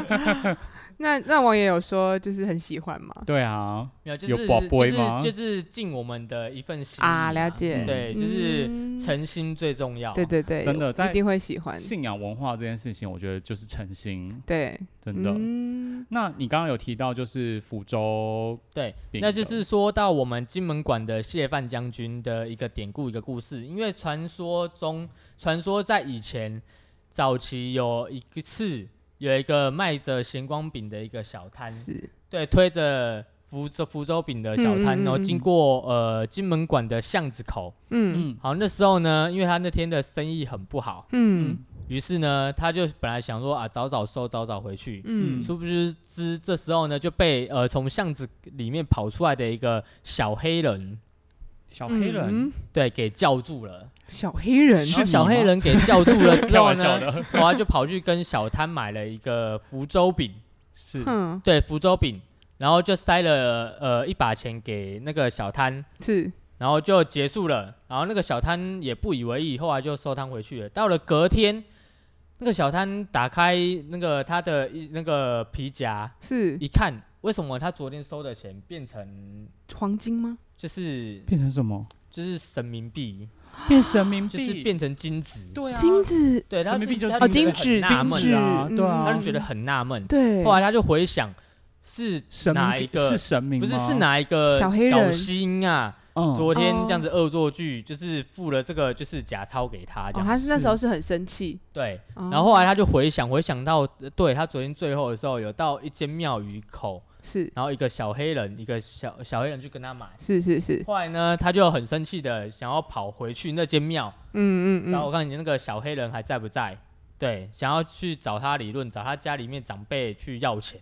[SPEAKER 2] 那那王爷有说就是很喜欢吗？
[SPEAKER 3] 对啊，
[SPEAKER 1] 没有，就
[SPEAKER 3] 有
[SPEAKER 1] 是
[SPEAKER 3] 宝
[SPEAKER 1] 就
[SPEAKER 3] 贝
[SPEAKER 1] 是
[SPEAKER 3] 吗
[SPEAKER 1] 就是尽我们的一份心意
[SPEAKER 2] 啊，了解，
[SPEAKER 1] 对，就是
[SPEAKER 2] 嗯
[SPEAKER 1] 诚心最重要。啊
[SPEAKER 2] 对对对，
[SPEAKER 3] 真的在
[SPEAKER 2] 一定会喜欢，
[SPEAKER 3] 信仰文化这件事情，我觉得就是诚心，
[SPEAKER 2] 对，
[SPEAKER 3] 真的。
[SPEAKER 2] 嗯
[SPEAKER 3] 那你刚刚有提到就是福州
[SPEAKER 1] 对
[SPEAKER 3] 饼的，
[SPEAKER 1] 那就是说到我们金门馆的谢范将军的一个典故，一个故事。因为传说中，传说在以前早期有一次有一个卖着咸光饼的一个小摊，
[SPEAKER 2] 是
[SPEAKER 1] 对，推着福州福州饼的小摊，
[SPEAKER 2] 嗯嗯嗯
[SPEAKER 1] 然后经
[SPEAKER 2] 嗯
[SPEAKER 1] 过呃金门馆的巷子口。
[SPEAKER 2] 嗯
[SPEAKER 3] 嗯
[SPEAKER 1] 好，那时候呢，因为他那天的生意很不好，
[SPEAKER 2] 嗯
[SPEAKER 1] 于是呢，他就本来想说啊，早早收，早早回去。
[SPEAKER 2] 嗯
[SPEAKER 1] 殊不知知这时候呢就被呃从巷子里面跑出来的一个小黑人
[SPEAKER 3] 小黑人，
[SPEAKER 2] 嗯
[SPEAKER 1] 对给叫住了，
[SPEAKER 2] 小黑人
[SPEAKER 1] 然
[SPEAKER 3] 是
[SPEAKER 1] 后
[SPEAKER 3] 你
[SPEAKER 1] 小
[SPEAKER 3] 吗
[SPEAKER 1] 黑人给叫住了之
[SPEAKER 3] 开
[SPEAKER 1] 后
[SPEAKER 3] 玩笑
[SPEAKER 1] 呢，
[SPEAKER 3] 的，
[SPEAKER 1] 然后他就跑去跟小摊买了一个福州饼，
[SPEAKER 3] 是
[SPEAKER 2] 嗯，
[SPEAKER 1] 对福州饼，然后就塞了呃一把钱给那个小摊。
[SPEAKER 2] 是
[SPEAKER 1] 然后就结束了，然后那个小摊也不以为意，后来就收摊回去了。到了隔天，那个小摊打开那个他的一那个皮夹，
[SPEAKER 2] 是
[SPEAKER 1] 一看，为什么他昨天收的钱变成
[SPEAKER 2] 黄金吗？
[SPEAKER 1] 就是
[SPEAKER 3] 变成什么？
[SPEAKER 1] 就是神明币，
[SPEAKER 2] 啊
[SPEAKER 3] 变神明币，
[SPEAKER 1] 就是变成金子？
[SPEAKER 3] 对啊，
[SPEAKER 2] 金子
[SPEAKER 1] 对，他
[SPEAKER 3] 神
[SPEAKER 1] 自
[SPEAKER 3] 明币
[SPEAKER 1] 己
[SPEAKER 3] 就
[SPEAKER 1] 他自
[SPEAKER 2] 哦，
[SPEAKER 1] 己
[SPEAKER 2] 金
[SPEAKER 1] 觉
[SPEAKER 2] 纸
[SPEAKER 1] 得很纳
[SPEAKER 2] 金
[SPEAKER 1] 闷
[SPEAKER 2] 纸
[SPEAKER 3] 纸啊对啊
[SPEAKER 1] 他就觉得很纳闷。
[SPEAKER 2] 嗯对，
[SPEAKER 1] 后来他就回想是
[SPEAKER 3] 神明
[SPEAKER 1] 哪
[SPEAKER 3] 币
[SPEAKER 1] 一个
[SPEAKER 3] 是神明
[SPEAKER 1] 不
[SPEAKER 3] 吗，
[SPEAKER 1] 是是哪一个
[SPEAKER 2] 小黑人
[SPEAKER 1] 搞心啊？
[SPEAKER 3] 嗯
[SPEAKER 1] 昨天这样
[SPEAKER 2] 哦
[SPEAKER 1] 子恶作剧，就是付了这个就是假钞给他这
[SPEAKER 2] 哦，
[SPEAKER 1] 样。
[SPEAKER 2] 他是那
[SPEAKER 3] 是
[SPEAKER 2] 时候是很生气，哦
[SPEAKER 1] 对，
[SPEAKER 2] 然
[SPEAKER 1] 然后后来他就回想，回想到呃对他昨天最后的时候，有到一间庙宇口，
[SPEAKER 2] 是
[SPEAKER 1] 然后一个小黑人，一个小小黑人去跟他买。
[SPEAKER 2] 是是是，
[SPEAKER 1] 后来呢，他就很生气的想要跑回去那间庙，
[SPEAKER 2] 嗯嗯
[SPEAKER 1] 找我
[SPEAKER 2] 嗯，
[SPEAKER 1] 看你那个小黑人还在不在。对，想要去找他理论，找他家里面长辈去要钱，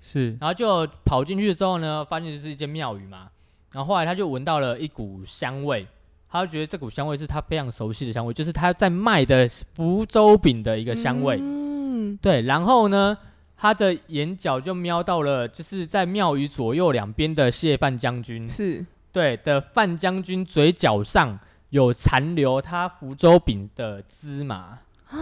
[SPEAKER 3] 是
[SPEAKER 2] 啊
[SPEAKER 1] 然后就跑进去之后呢，发现就是一间庙宇嘛。然后后来他就闻到了一股香味，他就觉得这股香味是他非常熟悉的香味，就是他在卖的福州饼的一个香味。
[SPEAKER 2] 嗯
[SPEAKER 1] 对，然后呢，他的眼角就瞄到了，就是在庙宇左右两边的谢范将军。
[SPEAKER 2] 是
[SPEAKER 1] 对的范将军嘴角上有残留他福州饼的芝麻啊，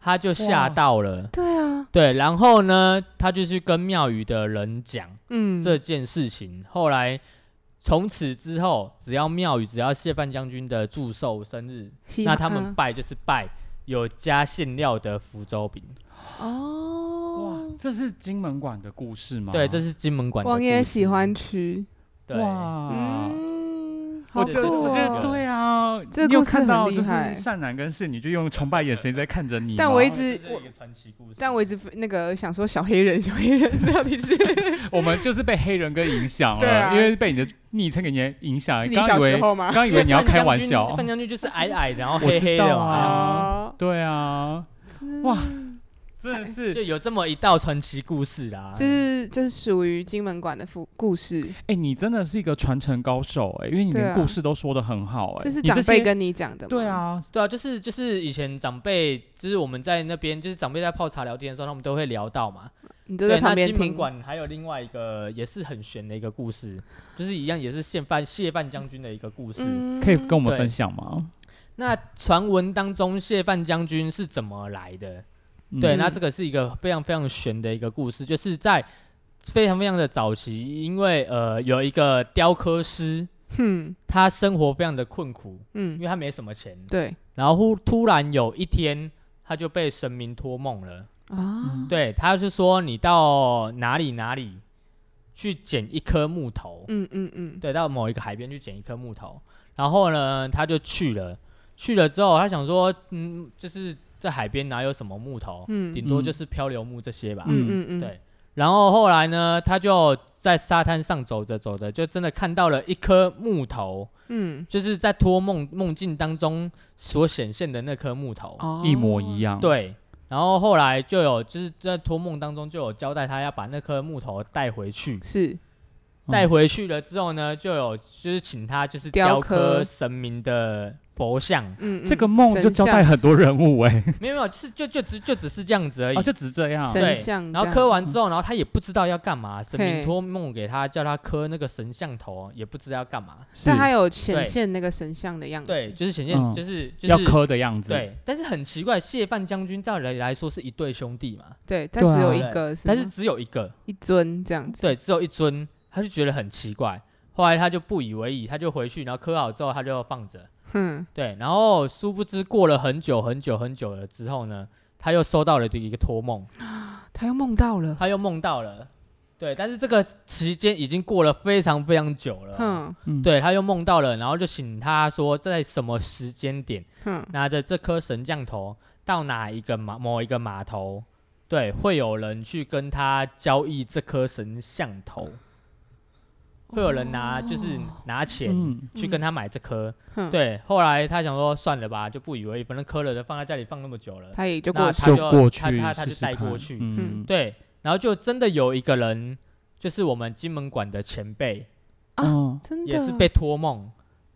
[SPEAKER 1] 他就吓到了。
[SPEAKER 2] 对啊，
[SPEAKER 1] 对，然后呢，他就去跟庙宇的人讲
[SPEAKER 2] 嗯，
[SPEAKER 1] 这件事情。后来，从此之后，只要庙宇只要谢范将军的祝寿生日，
[SPEAKER 2] 嘻
[SPEAKER 1] 那
[SPEAKER 2] 哈
[SPEAKER 1] 他们
[SPEAKER 2] 嗯
[SPEAKER 1] 拜就是拜有加馅料的福州饼。
[SPEAKER 3] 哇
[SPEAKER 2] 哦，，
[SPEAKER 3] 这是金门馆的故事吗？
[SPEAKER 1] 对，这是金门馆的
[SPEAKER 2] 王爷
[SPEAKER 1] 故事
[SPEAKER 2] 喜欢吃，
[SPEAKER 1] 对，
[SPEAKER 3] 哇。
[SPEAKER 2] 嗯，好
[SPEAKER 3] 我
[SPEAKER 2] 酷
[SPEAKER 3] 觉得，我觉得
[SPEAKER 2] 哦
[SPEAKER 3] 对啊，
[SPEAKER 2] 这
[SPEAKER 3] 你有
[SPEAKER 2] 故事
[SPEAKER 3] 看
[SPEAKER 2] 很
[SPEAKER 3] 到
[SPEAKER 2] 厉
[SPEAKER 3] 就是
[SPEAKER 2] 害
[SPEAKER 3] 善男跟侍女就用崇拜眼神一直在看着你吗。
[SPEAKER 2] 但我一直
[SPEAKER 1] 这是一个传奇故事。
[SPEAKER 2] 但我一直那个想说小黑人，小 黑人 到底是是
[SPEAKER 3] 我们就是被黑人哥影响 了，
[SPEAKER 2] 对啊
[SPEAKER 3] 因为被你的昵称给你影
[SPEAKER 1] 啊
[SPEAKER 3] 响。
[SPEAKER 2] 你
[SPEAKER 3] 刚以
[SPEAKER 2] 小时
[SPEAKER 3] 为
[SPEAKER 2] 候吗？
[SPEAKER 3] 刚以为你要开玩
[SPEAKER 1] 因
[SPEAKER 3] 笑
[SPEAKER 1] 为，范将军范将军就是矮矮的，然后
[SPEAKER 3] 我
[SPEAKER 1] 黑
[SPEAKER 3] 知
[SPEAKER 1] 黑
[SPEAKER 3] 道
[SPEAKER 1] 的
[SPEAKER 3] 啊
[SPEAKER 1] 嘛，
[SPEAKER 2] 哦，
[SPEAKER 3] 对啊，哇，真
[SPEAKER 1] 就
[SPEAKER 3] 的
[SPEAKER 1] 是有哎这么一道传奇故事啦。
[SPEAKER 2] 这是这是属于金门馆的故故事，
[SPEAKER 3] 哎、你真的是一个传承高手哎、因为你
[SPEAKER 2] 对
[SPEAKER 3] 连
[SPEAKER 2] 啊
[SPEAKER 3] 故事都说的很好哎、
[SPEAKER 2] 这是
[SPEAKER 3] 你
[SPEAKER 2] 长
[SPEAKER 3] 些
[SPEAKER 2] 辈跟你讲的吗？
[SPEAKER 3] 对，啊，
[SPEAKER 1] 对啊，就是就是以前长辈，就是我们在那边，就是长辈在泡茶聊天的时候，他们都会聊到嘛。
[SPEAKER 2] 你都在
[SPEAKER 1] 那
[SPEAKER 2] 旁边
[SPEAKER 1] 金门
[SPEAKER 2] 听。
[SPEAKER 1] 馆还有另外一个也是很悬的一个故事，就是一样也是谢范谢范将军的一个故事。
[SPEAKER 2] 嗯
[SPEAKER 3] 可以跟我们
[SPEAKER 1] 对
[SPEAKER 3] 分享吗？
[SPEAKER 1] 那传闻当中谢范将军是怎么来的？对，
[SPEAKER 2] 嗯
[SPEAKER 1] 那这个是一个非常非常悬的一个故事，就是在非常非常的早期，因为呃有一个雕刻师，
[SPEAKER 2] 哼
[SPEAKER 1] 他生活非常的困苦，因
[SPEAKER 2] 嗯，
[SPEAKER 1] 为他没什么钱，
[SPEAKER 2] 对
[SPEAKER 1] 然后忽突然有一天，他就被神明托梦了，
[SPEAKER 2] 啊，
[SPEAKER 1] 对，他就说你到哪里哪里去捡一颗木头，
[SPEAKER 2] 嗯嗯嗯，
[SPEAKER 1] 对，到某一个海边去捡一颗木头，然后呢，他就去了，去了之后，他想说，嗯，就是在海边哪有什么木头，
[SPEAKER 2] 嗯
[SPEAKER 1] 顶多
[SPEAKER 3] 嗯
[SPEAKER 1] 就是漂流木这些吧，
[SPEAKER 2] 嗯嗯嗯，
[SPEAKER 1] 对然后后来呢，他就在沙滩上走着走着，就真的看到了一颗木头，
[SPEAKER 2] 嗯，
[SPEAKER 1] 就是在托梦梦境当中所显现的那颗木头。
[SPEAKER 2] 哦
[SPEAKER 3] 一模一，样。，
[SPEAKER 1] 对，然后后来就有就是在托梦当中就有交代他要把那颗木头带回去，
[SPEAKER 2] 是
[SPEAKER 3] 嗯
[SPEAKER 1] 带回去了之后呢，就有就是请他就是
[SPEAKER 2] 雕
[SPEAKER 1] 雕
[SPEAKER 2] 刻
[SPEAKER 1] 刻神明的佛 像，
[SPEAKER 2] 嗯，嗯
[SPEAKER 3] 这个梦就交代很多人物哎、
[SPEAKER 1] 没有没有，是就就只就只是这样子而已。
[SPEAKER 3] 哦，就只是这样。
[SPEAKER 2] 神
[SPEAKER 1] 对
[SPEAKER 2] 像这样，
[SPEAKER 1] 然后刻完之后，然后他也不知道要干嘛，神
[SPEAKER 2] 嘿
[SPEAKER 1] 明托梦给他叫他刻那个神像头，也不知道要干嘛。
[SPEAKER 3] 是
[SPEAKER 2] 但它有显现那个神像的样子，
[SPEAKER 1] 对，，就是显现、
[SPEAKER 3] 嗯
[SPEAKER 1] 就是就是
[SPEAKER 3] 要磕的样子。
[SPEAKER 1] 对，但是很奇怪，谢范将军照理来说是一对兄弟嘛，
[SPEAKER 2] 对，它
[SPEAKER 3] 对啊
[SPEAKER 2] 只有一
[SPEAKER 1] 对
[SPEAKER 2] 个，
[SPEAKER 1] 但
[SPEAKER 2] 吗
[SPEAKER 1] 是只有一个，
[SPEAKER 2] 一尊这样子，
[SPEAKER 1] 对，只有一尊，他就觉得很奇怪。后来他就不以为意，他就回去，然后刻好之后他就放着。
[SPEAKER 2] 哼，
[SPEAKER 1] 对，然后殊不知过了很久很久很久了之后呢，他又收到了一个托梦，
[SPEAKER 2] 他又梦到了，
[SPEAKER 1] 他又梦到了。对，但是这个期间已经过了非常非常久了。
[SPEAKER 2] 哼
[SPEAKER 3] 嗯，
[SPEAKER 1] 对，他又梦到了，然后就请他说在什么时间点
[SPEAKER 2] 哼，
[SPEAKER 1] 拿着这颗神降头到哪一个码某一个码头，对，会有人去跟他交易这颗神像头，会有人
[SPEAKER 2] 哦
[SPEAKER 1] 拿、就是拿钱。
[SPEAKER 3] 嗯，
[SPEAKER 1] 去跟他买这颗，
[SPEAKER 2] 哼，
[SPEAKER 1] 对。后来他想说算了吧，就不以为意，反正磕了的放在家里放那么久了，
[SPEAKER 2] 他也就
[SPEAKER 1] 那
[SPEAKER 2] 过去，
[SPEAKER 1] 他
[SPEAKER 3] 就
[SPEAKER 1] 就
[SPEAKER 3] 过去
[SPEAKER 1] 他他他
[SPEAKER 3] 试
[SPEAKER 1] 就
[SPEAKER 3] 试
[SPEAKER 1] 带
[SPEAKER 3] 看。
[SPEAKER 1] 过去
[SPEAKER 3] 嗯，
[SPEAKER 1] 对。然后就真的有一个人，就是我们金门馆的前辈，
[SPEAKER 2] 啊
[SPEAKER 3] 嗯，
[SPEAKER 2] 真的
[SPEAKER 1] 也是被托梦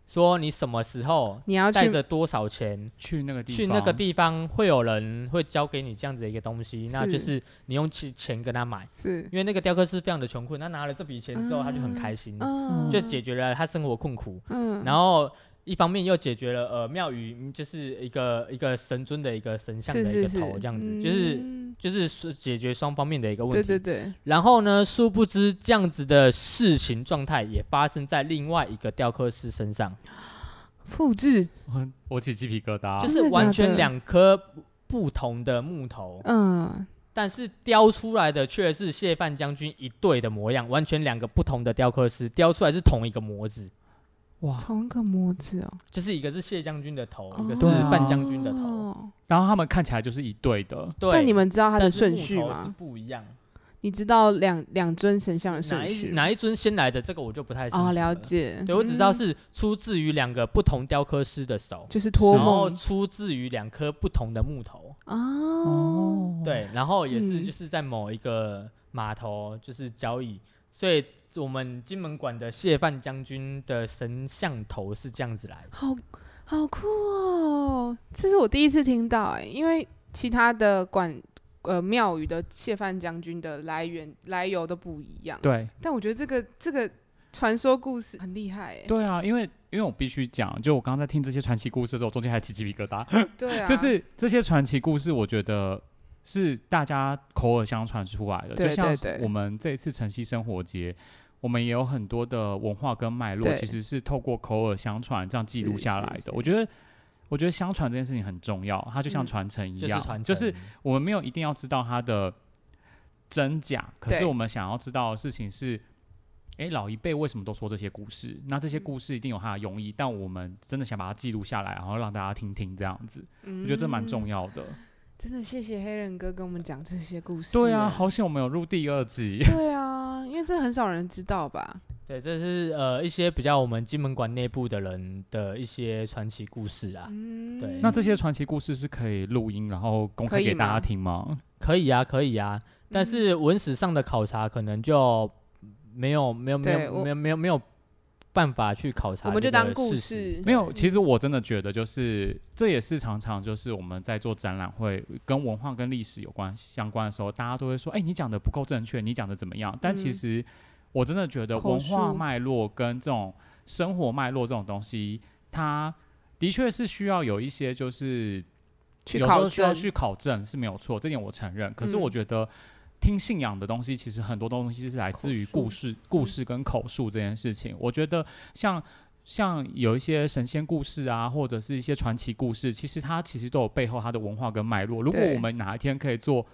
[SPEAKER 1] 说你什么时候
[SPEAKER 2] 你要去
[SPEAKER 1] 带着多少钱
[SPEAKER 3] 去那个地方，
[SPEAKER 1] 去那个地方，会有人会交给你这样子的一个东西，那就是你用钱钱跟他买，
[SPEAKER 2] 是，
[SPEAKER 1] 因为那个雕刻师非常的穷困，他拿了这笔钱之后，他就很开心，
[SPEAKER 2] 嗯，
[SPEAKER 1] 就解决了他生活困苦，
[SPEAKER 2] 嗯，
[SPEAKER 1] 然后。一方面又解决了呃庙宇嗯就是一个一个神尊的一个神像的
[SPEAKER 2] 是
[SPEAKER 1] 一
[SPEAKER 2] 是
[SPEAKER 1] 个
[SPEAKER 2] 是
[SPEAKER 1] 头这样子，
[SPEAKER 2] 嗯
[SPEAKER 1] 就是就是是解决双方面的一个问
[SPEAKER 2] 对
[SPEAKER 1] 题。
[SPEAKER 2] 对对，
[SPEAKER 1] 然后呢，殊不知这样子的事情状态也发生在另外一个雕刻师身上，
[SPEAKER 2] 复制，
[SPEAKER 3] 我 我起鸡皮疙瘩。
[SPEAKER 1] 就
[SPEAKER 2] 啊真
[SPEAKER 1] 是
[SPEAKER 2] 的假
[SPEAKER 1] 完全
[SPEAKER 2] 的
[SPEAKER 1] 两颗不同的木头，
[SPEAKER 2] 嗯，
[SPEAKER 1] 但是雕出来的却是谢范将军一对的模样，完全两个不同的雕刻师雕出来是同一个模子，
[SPEAKER 3] 哇！
[SPEAKER 2] 同一个模子哦，
[SPEAKER 1] 就
[SPEAKER 2] 就是
[SPEAKER 1] 是一个是谢将军的头，一个是
[SPEAKER 3] 对啊
[SPEAKER 1] 范将军的头。
[SPEAKER 3] 然后他们看起来就是一对的，
[SPEAKER 1] 对，
[SPEAKER 2] 哦但你们知道它的
[SPEAKER 1] 但是
[SPEAKER 2] 顺
[SPEAKER 1] 木
[SPEAKER 2] 序
[SPEAKER 1] 头是
[SPEAKER 2] 吗？
[SPEAKER 1] 不一样，
[SPEAKER 2] 你知道两两尊神像的
[SPEAKER 1] 哪
[SPEAKER 2] 顺
[SPEAKER 1] 一
[SPEAKER 2] 序吗？
[SPEAKER 1] 哪一尊先来的这个我就不太清楚
[SPEAKER 2] 哦，了
[SPEAKER 1] 了。
[SPEAKER 2] 解。
[SPEAKER 1] 对，我只知道
[SPEAKER 2] 嗯
[SPEAKER 1] 是出自于两个不同雕刻师的手，
[SPEAKER 2] 就是托
[SPEAKER 1] 然后
[SPEAKER 2] 梦
[SPEAKER 1] 出自于两颗不同的木头，
[SPEAKER 2] 哦，
[SPEAKER 1] 对，然后也是
[SPEAKER 2] 嗯
[SPEAKER 1] 就是在某一个码头就是交易，所以我们金门馆的谢范将军的神像头是这样子来的，
[SPEAKER 2] 好好酷哦！这是我第一次听到哎、因为其他的管呃庙宇的谢范将军的来源来由都不一样。
[SPEAKER 3] 对
[SPEAKER 2] 但我觉得这个这个传说故事很厉害哎、
[SPEAKER 3] 对啊，因为因为我必须讲，就我刚刚在听这些传奇故事的时候，中间还起鸡皮疙瘩。
[SPEAKER 2] 对啊，
[SPEAKER 3] 就是这些传奇故事，我觉得是大家口耳相传出来的。
[SPEAKER 2] 对
[SPEAKER 3] 就像
[SPEAKER 2] 对对
[SPEAKER 3] 我们这一次城西生活节，我们也有很多的文化跟脉络，
[SPEAKER 2] 对
[SPEAKER 3] 其实是透过口耳相传这样记录
[SPEAKER 2] 是
[SPEAKER 3] 下
[SPEAKER 2] 是
[SPEAKER 3] 来
[SPEAKER 2] 是
[SPEAKER 3] 的。我觉得，我觉得相传这件事情很重要，它就像
[SPEAKER 2] 嗯
[SPEAKER 3] 传承一
[SPEAKER 1] 就是
[SPEAKER 3] 样，
[SPEAKER 1] 传承
[SPEAKER 3] 就是我们没有一定要知道它的真假，可是
[SPEAKER 2] 对
[SPEAKER 3] 我们想要知道的事情是。诶，老一辈为什么都说这些故事？那这些
[SPEAKER 2] 嗯
[SPEAKER 3] 故事一定有它的用意，但我们真的想把它记录下来，然后让大家听听这样子。我
[SPEAKER 2] 我
[SPEAKER 3] 觉得这蛮
[SPEAKER 2] 嗯
[SPEAKER 3] 重。要的。
[SPEAKER 2] 真的谢谢黑人哥跟我们讲这些故事、
[SPEAKER 3] 对啊，
[SPEAKER 2] 哎
[SPEAKER 3] 好险我们有录第二集。
[SPEAKER 2] 对啊，因为这很少人知道吧？
[SPEAKER 1] 对，这是呃一些比较我们金门馆内部的人的一些传奇故事啊。
[SPEAKER 2] 嗯，
[SPEAKER 1] 对
[SPEAKER 3] 那这些传奇故事是可以录音，然后公
[SPEAKER 2] 可
[SPEAKER 3] 开
[SPEAKER 2] 以
[SPEAKER 3] 给大
[SPEAKER 2] 吗
[SPEAKER 3] 家听吗？
[SPEAKER 1] 可以啊，可以啊，但
[SPEAKER 2] 嗯
[SPEAKER 1] 是文史上的考察可能就没有没有没
[SPEAKER 2] 对
[SPEAKER 1] 有
[SPEAKER 2] 我
[SPEAKER 1] 没有没有没有办法去考察，
[SPEAKER 2] 我们就当故。事，啊
[SPEAKER 3] 没有，其实我真的觉得，就是这也是常常就是我们在做展览会跟文化跟历史有关相关的时候，大家都会说，哎、你讲的不够正确，你讲的怎么样？但其
[SPEAKER 2] 嗯
[SPEAKER 3] 实我真的觉得
[SPEAKER 2] 口
[SPEAKER 3] 文化
[SPEAKER 2] 述
[SPEAKER 3] 脉络跟这种生活脉络这种东西，它的确是需要有一些就是
[SPEAKER 2] 去
[SPEAKER 3] 有时
[SPEAKER 2] 考
[SPEAKER 3] 候需要
[SPEAKER 2] 证，
[SPEAKER 3] 去考证是没有错，这点我承认。可是
[SPEAKER 2] 嗯
[SPEAKER 3] 我觉得听信仰的东西，其实很多东西是来自
[SPEAKER 2] 口
[SPEAKER 3] 于
[SPEAKER 2] 述嗯
[SPEAKER 3] 故事、故事跟口述这件事情。我觉得像像有一些神仙故事啊，或者是一些传奇故事，其实它其实都有背后它的文化跟脉络。如果
[SPEAKER 2] 对
[SPEAKER 3] 我们哪一天可以做。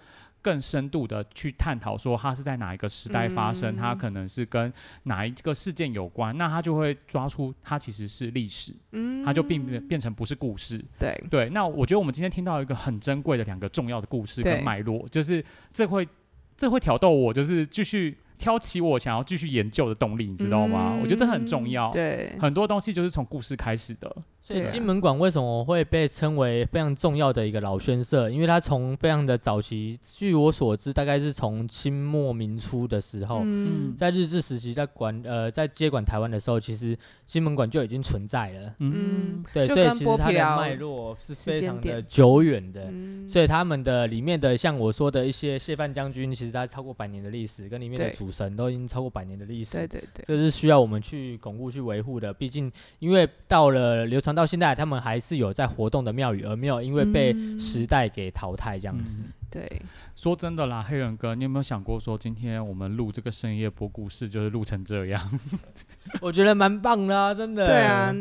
[SPEAKER 3] 更深度的去探讨，说它是在哪一个时代发生，
[SPEAKER 2] 嗯
[SPEAKER 3] 它可能是跟哪一个事件有关，那它就会抓出它其实是历史，
[SPEAKER 2] 嗯，
[SPEAKER 3] 它就并变变成不是故事。
[SPEAKER 2] 对，
[SPEAKER 3] 对，那我觉得我们今天听到一个很珍贵的两个重要的故事
[SPEAKER 2] 对
[SPEAKER 3] 跟脉络，就是这会这会挑逗我，就是继续挑起我想要继续研究的动力，你知道吗？我觉得这很重要。
[SPEAKER 2] 嗯对，
[SPEAKER 3] 很多东西就是从故事开始的，
[SPEAKER 1] 所以
[SPEAKER 2] 对啊
[SPEAKER 1] 金门馆为什么会被称为非常重要的一个老宣社？因为它从非常的早期，据我所知，大概是从清末民初的时候，
[SPEAKER 2] 嗯
[SPEAKER 1] 在日治时期在管呃在接管台湾的时候，其实金门馆就已经存在了。
[SPEAKER 2] 嗯，
[SPEAKER 1] 对，
[SPEAKER 2] 就
[SPEAKER 1] 所以
[SPEAKER 2] 跟
[SPEAKER 1] 其
[SPEAKER 2] 剥
[SPEAKER 1] 实它
[SPEAKER 2] 皮
[SPEAKER 1] 的
[SPEAKER 2] 寮
[SPEAKER 1] 脉络是
[SPEAKER 2] 时
[SPEAKER 1] 非
[SPEAKER 2] 间
[SPEAKER 1] 常的
[SPEAKER 2] 点
[SPEAKER 1] 久远的。
[SPEAKER 2] 嗯
[SPEAKER 1] 所以他们的里面的像我说的一些谢范将军，其实它超过百年的历史，跟里面的
[SPEAKER 2] 对
[SPEAKER 1] 主神都已经超过百年的历史。
[SPEAKER 2] 对对对，
[SPEAKER 1] 这是需要我们去巩固、去维护的。毕竟，因为到了流传到现在，他们还是有在活动的庙宇，而没有因为被
[SPEAKER 2] 嗯
[SPEAKER 1] 时代给淘汰这样子。
[SPEAKER 3] 嗯
[SPEAKER 2] 对，
[SPEAKER 3] 说真的啦，黑人哥，你有没有想过说，今天我们录这个深夜播故事，就是录成这样？
[SPEAKER 1] 我觉得蛮棒啦、真的。
[SPEAKER 2] 对啊，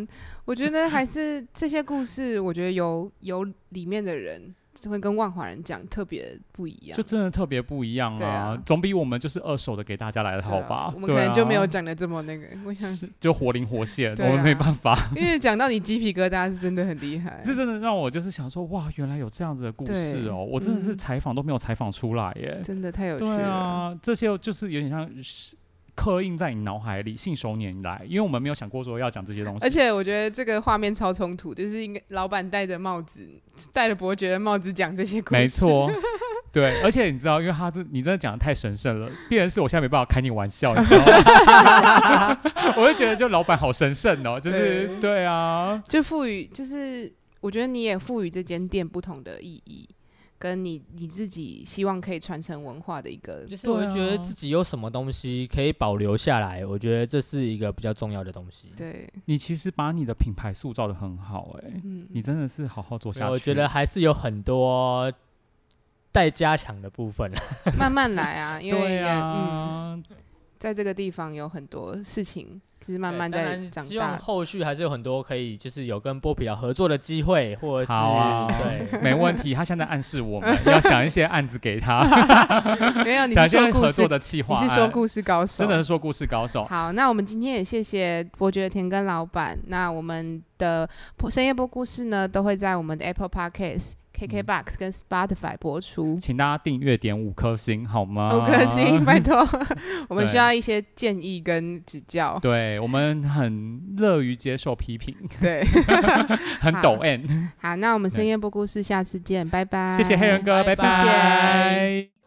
[SPEAKER 2] 我觉得还是这些故事，我觉得有有里面的人会跟万华人讲特别不一样，
[SPEAKER 3] 就真的特别不一样
[SPEAKER 2] 对啊
[SPEAKER 3] 总比我们就是二手的给大家来的
[SPEAKER 2] 对
[SPEAKER 3] 好
[SPEAKER 2] 啊
[SPEAKER 3] 吧？
[SPEAKER 2] 我们可
[SPEAKER 3] 对
[SPEAKER 2] 能就没有
[SPEAKER 3] 啊
[SPEAKER 2] 讲的这么那个，我想，
[SPEAKER 3] 是就活灵活现，
[SPEAKER 2] 对
[SPEAKER 3] 我们没
[SPEAKER 2] 啊
[SPEAKER 3] 办法。
[SPEAKER 2] 因为讲到你鸡皮疙瘩是真的很厉害，
[SPEAKER 3] 这真的让我 就是想说，哇，原来有这样子的故事哦！我真的是
[SPEAKER 2] 嗯
[SPEAKER 3] 采访都没有采访出来耶。
[SPEAKER 2] 真的太有趣
[SPEAKER 3] 对
[SPEAKER 2] 了，
[SPEAKER 3] 啊，这些就是有点像是刻印在你脑海里，信手拈来，因为我们没有想过说要讲这些东西。
[SPEAKER 2] 而且我觉得这个画面超冲突，就是应该老板戴着帽子，戴着伯爵的帽子讲这些故事，
[SPEAKER 3] 没，错，对，而且你知道，因为他这你真的讲的太神圣了，必然是我现在没办法开你玩笑，你知道吗？ 我就觉得就老板好神圣哦，就是
[SPEAKER 2] 对
[SPEAKER 3] 对啊，
[SPEAKER 2] 就赋予，就是我觉得你也赋予这间店不同的意义，跟你你自己希望可以传承文化的一个
[SPEAKER 1] 就是我觉
[SPEAKER 2] 啊
[SPEAKER 1] 得自己有什么东西可以保留下来，我觉得这是一个比较重要的东西。
[SPEAKER 2] 对，
[SPEAKER 3] 你其实把你的品牌塑造的很好、哎，
[SPEAKER 2] 嗯，
[SPEAKER 3] 你真的是好好做
[SPEAKER 1] 没
[SPEAKER 3] 下
[SPEAKER 1] 有
[SPEAKER 3] 去。
[SPEAKER 1] 我觉得还是有很多待加强的部分。
[SPEAKER 2] 慢慢来 啊，因为
[SPEAKER 3] 对
[SPEAKER 2] 也、嗯，
[SPEAKER 3] 啊，
[SPEAKER 2] 在这个地方有很多事情，其实慢慢
[SPEAKER 1] 对当
[SPEAKER 2] 在
[SPEAKER 1] 然
[SPEAKER 2] 长
[SPEAKER 1] 希望
[SPEAKER 2] 大。
[SPEAKER 1] 后续还是有很多可以就是有跟波比聊合作的机会，或者是
[SPEAKER 3] 好啊
[SPEAKER 1] 对。，
[SPEAKER 3] 没问题。他现在暗示我们要想一些案子给他，
[SPEAKER 2] 没有，你
[SPEAKER 3] 想
[SPEAKER 2] 是
[SPEAKER 3] 一
[SPEAKER 2] 说
[SPEAKER 3] 些
[SPEAKER 2] 故
[SPEAKER 3] 合
[SPEAKER 2] 事
[SPEAKER 3] 作，的企
[SPEAKER 2] 你
[SPEAKER 3] 划案。哎
[SPEAKER 2] 是说故事高手，
[SPEAKER 3] 真的是哦说故事高手。
[SPEAKER 2] 好，那我们今天也谢谢伯爵田根老板。那我们的播深夜播故事呢，都会在我们的 Apple Podcast、KKBox
[SPEAKER 3] 嗯
[SPEAKER 2] 跟 Spotify 播出。
[SPEAKER 3] 请大家订阅点五颗星好吗？
[SPEAKER 2] 五颗星，拜 托，我们
[SPEAKER 3] 对
[SPEAKER 2] 需要一些建议跟指教。
[SPEAKER 3] 对我们很乐于接受批评，
[SPEAKER 2] 对，
[SPEAKER 3] 很
[SPEAKER 2] 好
[SPEAKER 3] 抖 N。
[SPEAKER 2] 好，那我们深
[SPEAKER 3] 对
[SPEAKER 2] 夜播故事，下次见，拜拜。
[SPEAKER 3] 谢谢黑人哥，
[SPEAKER 1] 拜
[SPEAKER 3] 拜
[SPEAKER 1] 拜
[SPEAKER 3] 拜